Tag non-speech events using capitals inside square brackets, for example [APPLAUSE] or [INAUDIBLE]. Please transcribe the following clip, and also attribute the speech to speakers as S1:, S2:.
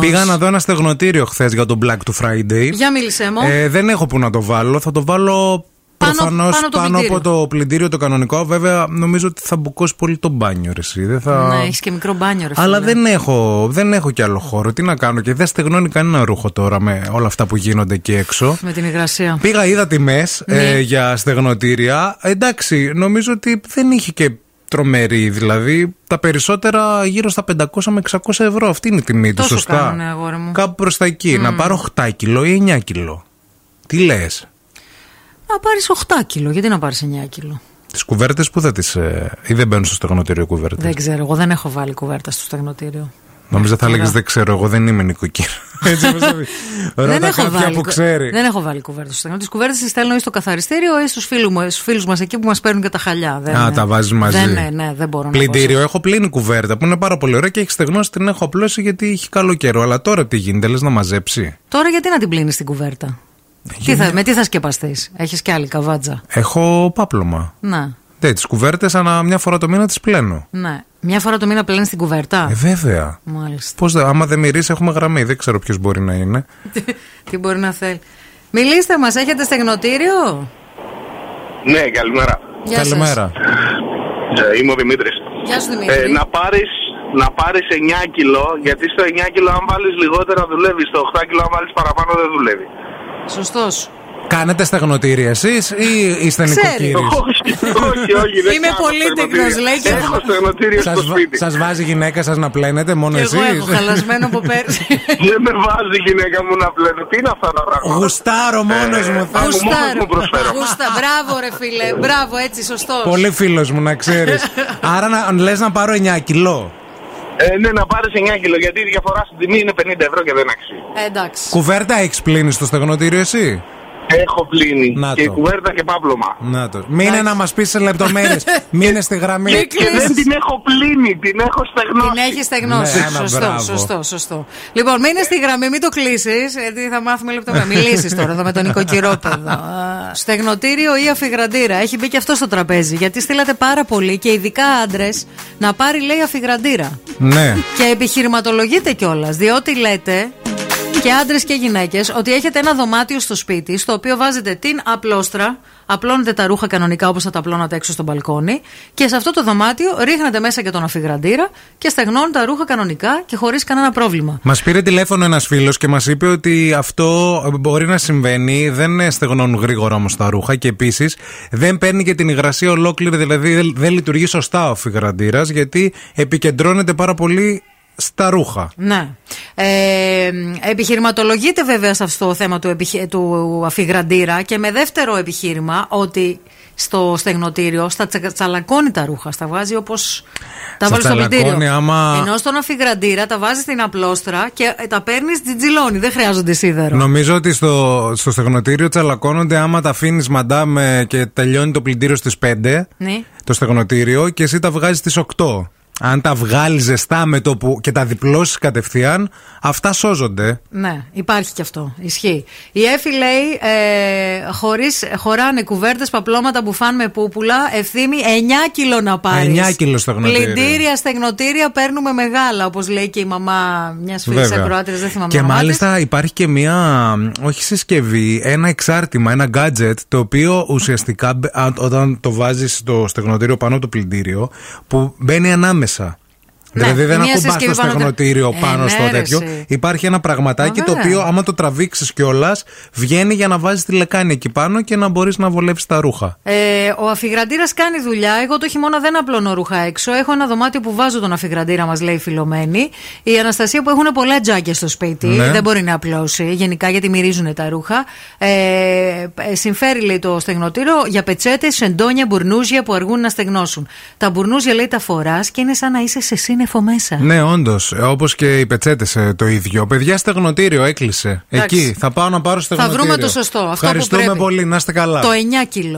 S1: Πήγα να δω ένα στεγνοτήριο χθες για τον Black του Friday.
S2: Για μίλησέ μου.
S1: Ε, δεν έχω που να το βάλω. Θα το βάλω
S2: Πάνω-
S1: προφανώς
S2: πάνω από το
S1: από το πλυντήριο το κανονικό. Βέβαια, νομίζω ότι θα μπουκώσει πολύ το μπάνιο. ρε Εσύ. Δεν θα...
S2: Ναι, έχεις και μικρό μπάνιο, ρε φίλε.
S1: Αλλά δεν έχω, δεν έχω κι άλλο χώρο. Τι να κάνω και δεν στεγνώνει κανένα ρούχο τώρα με όλα αυτά που γίνονται εκεί έξω.
S2: Με την υγρασία.
S1: Πήγα, είδα τιμές
S2: Ναι.
S1: για στεγνοτήρια. Εντάξει, νομίζω ότι δεν είχε και τρομερή. Δηλαδή, τα περισσότερα γύρω στα 500 με 600 ευρώ. Αυτή είναι η τιμή του,
S2: Τόσο
S1: σωστά.
S2: κάνουνε, αγόρι μου.
S1: Κάπου προς τα εκεί. Να πάρω 8 κιλό ή 9 κιλό. Τι λες,
S2: Να πάρεις 8 κιλο. Γιατί να πάρεις 9 κιλο.
S1: τις κουβέρτες που θα τις. Ε, ή δεν μπαίνουν στο στεγνοτήριο κουβέρτες.
S2: Δεν ξέρω. Εγώ δεν έχω βάλει κουβέρτα στο στεγνοτήριο.
S1: Νομίζω θα
S2: Ωραία.
S1: λέγε Δεν ξέρω, εγώ δεν είμαι
S2: [LAUGHS]
S1: νοικοκύρα. Έτσι όπως θα πει.
S2: δεν
S1: Ρώτα
S2: έχω
S1: κάποια
S2: βάλει,
S1: που
S2: κου-
S1: ξέρει.
S2: Δεν έχω βάλει κουβέρτα στο στεγνό. Τις κουβέρτες τις στέλνω ή στο καθαριστήριο ή στους φίλους μου, στους φίλους μας εκεί που μας παίρνουν και τα χαλιά. Δεν,
S1: Α, τα βάζεις μαζί.
S2: Δεν, ναι, ναι, δεν μπορώ να
S1: Πλυντήριο,
S2: πω.
S1: έχω πλύνει κουβέρτα που είναι πάρα πολύ ωραία και έχεις στεγνώσει, την έχω απλώσει γιατί είχε καλό καιρό. Αλλά τώρα τι γίνεται, λες να μαζέψει.
S2: Τώρα γιατί να την πλύνεις την κουβέρτα.
S1: Ε,
S2: Τι θα, με τι θα σκεπαστείς, Έχεις κι άλλη καβάτζα.
S1: Έχω πάπλωμα.
S2: Να,
S1: Ναι, τις κουβέρτες ανά μια φορά το μήνα τις πλένω.
S2: ναι. Μια φορά το μήνα πλένεις την κουβέρτα.
S1: Ε, βέβαια.
S2: Μάλιστα.
S1: Πώς άμα δεν μυρίσει, έχουμε γραμμή. Δεν ξέρω ποιος μπορεί να είναι.
S2: Τι- [LAUGHS] τι μπορεί να θέλει. Μιλήστε μας, έχετε στεγνοτήριο.
S3: Ναι, καλημέρα.
S2: Γεια σας.
S1: Καλημέρα.
S3: Ε, είμαι ο Δημήτρης.
S2: Γεια σου Δημήτρη.
S3: Ε, να πάρεις να πάρεις 9 κιλό, γιατί στο 9 κιλο, αν βάλεις λιγότερα, δουλεύεις. Στο 8 κιλο, αν βάλεις παραπάνω, δεν δουλεύει.
S2: Σωστός.
S1: Κάνετε στεγνοτήρια εσείς ή είστε
S2: Ξέρεις.
S1: νοικοκύρε.
S3: όχι, όχι, όχι. δεν
S2: Είμαι
S3: κάνω
S2: πολύ
S3: στεγνοτήριο.
S2: τεκνός, λέει και-
S3: Έχω στεγνοτήριο στο σπίτι.
S1: Σας βάζει η γυναίκα σας να πλένετε μόνο
S2: Και
S1: εσεί.
S2: εγώ έχω χαλασμένο από πέρσι.
S3: Δεν με βάζει η γυναίκα μου να πλένω. Τι είναι αυτά τα πράγματα.
S1: [LAUGHS] Γουστάρω μόνος μου. θα-
S3: Άκου, μόνος
S2: Γουστάρ.
S3: μου προσφέρω.
S2: Γουστα, μπράβο ρε φίλε, μπράβο έτσι σωστός.
S1: Πολύ φίλος μου, να ξέρεις.
S2: [LAUGHS]
S1: Άρα να, λες να πάρω 9 κιλό.
S3: Ε, ναι, να πάρεις 9 κιλο, γιατί η διαφορά στην τιμή είναι 50 ευρώ και δεν αξίζει.
S2: Ε, εντάξει.
S1: Κουβέρτα έχεις πλύνει στο στεγνοτήριο εσύ.
S3: Έχω πλύνει
S1: Να
S3: και
S1: το.
S3: κουβέρτα και πάπλωμα.
S1: Να το. Μείνε να μας πεις σε λεπτομέρειες. Μείνε στη γραμμή.
S3: Και δεν την έχω πλύνει, την έχω στεγνώσει.
S2: Την έχεις στεγνώσει.
S1: Ναι, ένα
S2: σωστό,
S1: μπράβο.
S2: σωστό, σωστό. Λοιπόν, μείνε στη γραμμή, μην το κλείσεις, γιατί θα μάθουμε λεπτομέρειε. Μιλήσεις τώρα εδώ με τον
S1: [LAUGHS]
S2: νοικοκυρόπεδο. Α, Στεγνοτήριο ή αφιγραντήρα. Έχει μπει και αυτό στο τραπέζι. Γιατί στείλατε πάρα πολύ και ειδικά άντρες να πάρει, λέει, αφιγραντήρα.
S1: Ναι.
S2: Και επιχειρηματολογείτε κιόλας, διότι λέτε και άντρες και γυναίκες ότι έχετε ένα δωμάτιο στο σπίτι στο οποίο βάζετε την απλόστρα, απλώνετε τα ρούχα κανονικά όπως θα τα απλώνατε έξω στο μπαλκόνι και σε αυτό το δωμάτιο ρίχνετε μέσα και τον αφιγραντήρα και στεγνώνουν τα ρούχα κανονικά και χωρίς κανένα πρόβλημα.
S1: Μας πήρε τηλέφωνο ένας φίλος και μας είπε ότι αυτό μπορεί να συμβαίνει. Δεν ε, στεγνώνουν γρήγορα όμως τα ρούχα και επίσης δεν παίρνει και την υγρασία ολόκληρη, δηλαδή δεν- δεν λειτουργεί σωστά ο φιγραντήρα γιατί επικεντρώνεται πάρα πολύ στα ρούχα.
S2: Ναι. Ε, επιχειρηματολογείται βέβαια σε αυτό το θέμα του, επιχε... του αφιγραντήρα και με δεύτερο επιχείρημα ότι στο στεγνοτήριο στα τσα- τσαλακώνει τα ρούχα, στα βάζει όπως τα
S1: Στα
S2: βάζει στο
S1: τσαλακώνει,
S2: πλυντήριο.
S1: άμα-
S2: Ενώ στον αφιγραντήρα τα βάζεις στην απλόστρα και ε, τα παίρνεις τζιτζιλόνι, δεν χρειάζονται σίδερο.
S1: Νομίζω ότι στο, στο στεγνοτήριο τσαλακώνονται άμα τα αφήνεις μαντάμ ε, και τελειώνει το πλυντήριο στις 5.
S2: Ναι.
S1: το στεγνοτήριο και εσύ τα βγάζεις στις 8. Αν τα βγάλει ζεστά με το που και τα διπλώσεις κατευθείαν, αυτά σώζονται.
S2: Ναι, υπάρχει και αυτό. Ισχύει. Η Εφη λέει: ε, χωρίς, χωράνε κουβέρτες, παπλώματα, μπουφάν με πούπουλα. Ευθύμη 9 κιλό να πάρεις.
S1: 9 κιλό στεγνοτήριο.
S2: Πλυντήρια, στεγνοτήρια παίρνουμε μεγάλα, όπως λέει και η μαμά μιας φίλης
S1: Βέβαια.
S2: ακροάτριας. Δεν θυμάμαι
S1: και
S2: το όνομά της.
S1: μάλιστα υπάρχει και μία, όχι συσκευή, ένα εξάρτημα, ένα gadget το οποίο ουσιαστικά μπ- αν- όταν το βάζεις στο στεγνοτήριο πάνω από το πλυντήριο που μπαίνει ανάμεσα.
S2: Ναι,
S1: δηλαδή δεν
S2: μία
S1: ακουμπάς
S2: συσκευή
S1: το
S2: πάνω-
S1: στεγνοτήριο
S2: Ε,
S1: πάνω
S2: ναι,
S1: στο
S2: ρε,
S1: τέτοιο.
S2: εσύ.
S1: Υπάρχει ένα πραγματάκι
S2: Μα,
S1: το
S2: βέβαια.
S1: οποίο άμα το τραβήξεις κιόλας βγαίνει για να βάζεις τη λεκάνη εκεί πάνω και να μπορείς να βολεύει τα ρούχα.
S2: Ε, ο αφιγραντήρας κάνει δουλειά. Εγώ το χειμώνα δεν απλώνω ρούχα έξω. Έχω ένα δωμάτιο που βάζω τον αφιγραντήρα, μας λέει η Φιλομένη. Η Αναστασία που έχουν πολλά τζάκια στο σπίτι.
S1: Ναι.
S2: Δεν μπορεί να απλώσει γενικά γιατί μυρίζουν τα ρούχα. Ε, ε, συμφέρει, λέει το στεγνοτήριο, για πετσέτες, σεντόνια, μπουρνούζια που αργούν να στεγνώσουν. Τα μπουρνούζια, λέει, τα φοράς και είναι σαν να είσαι σε σύννεφο μέσα.
S1: Ναι, όντως. Όπως και οι πετσέτες το ίδιο. Παιδιά, στεγνοτήριο έκλεισε.
S2: Εντάξει.
S1: Εκεί. Θα πάω να πάρω
S2: Θα
S1: στεγνοτήριο.
S2: βρούμε το σωστό. Αυτό που
S1: Ευχαριστούμε
S2: πρέπει.
S1: πολύ. Να είστε καλά.
S2: Το 9 κιλό.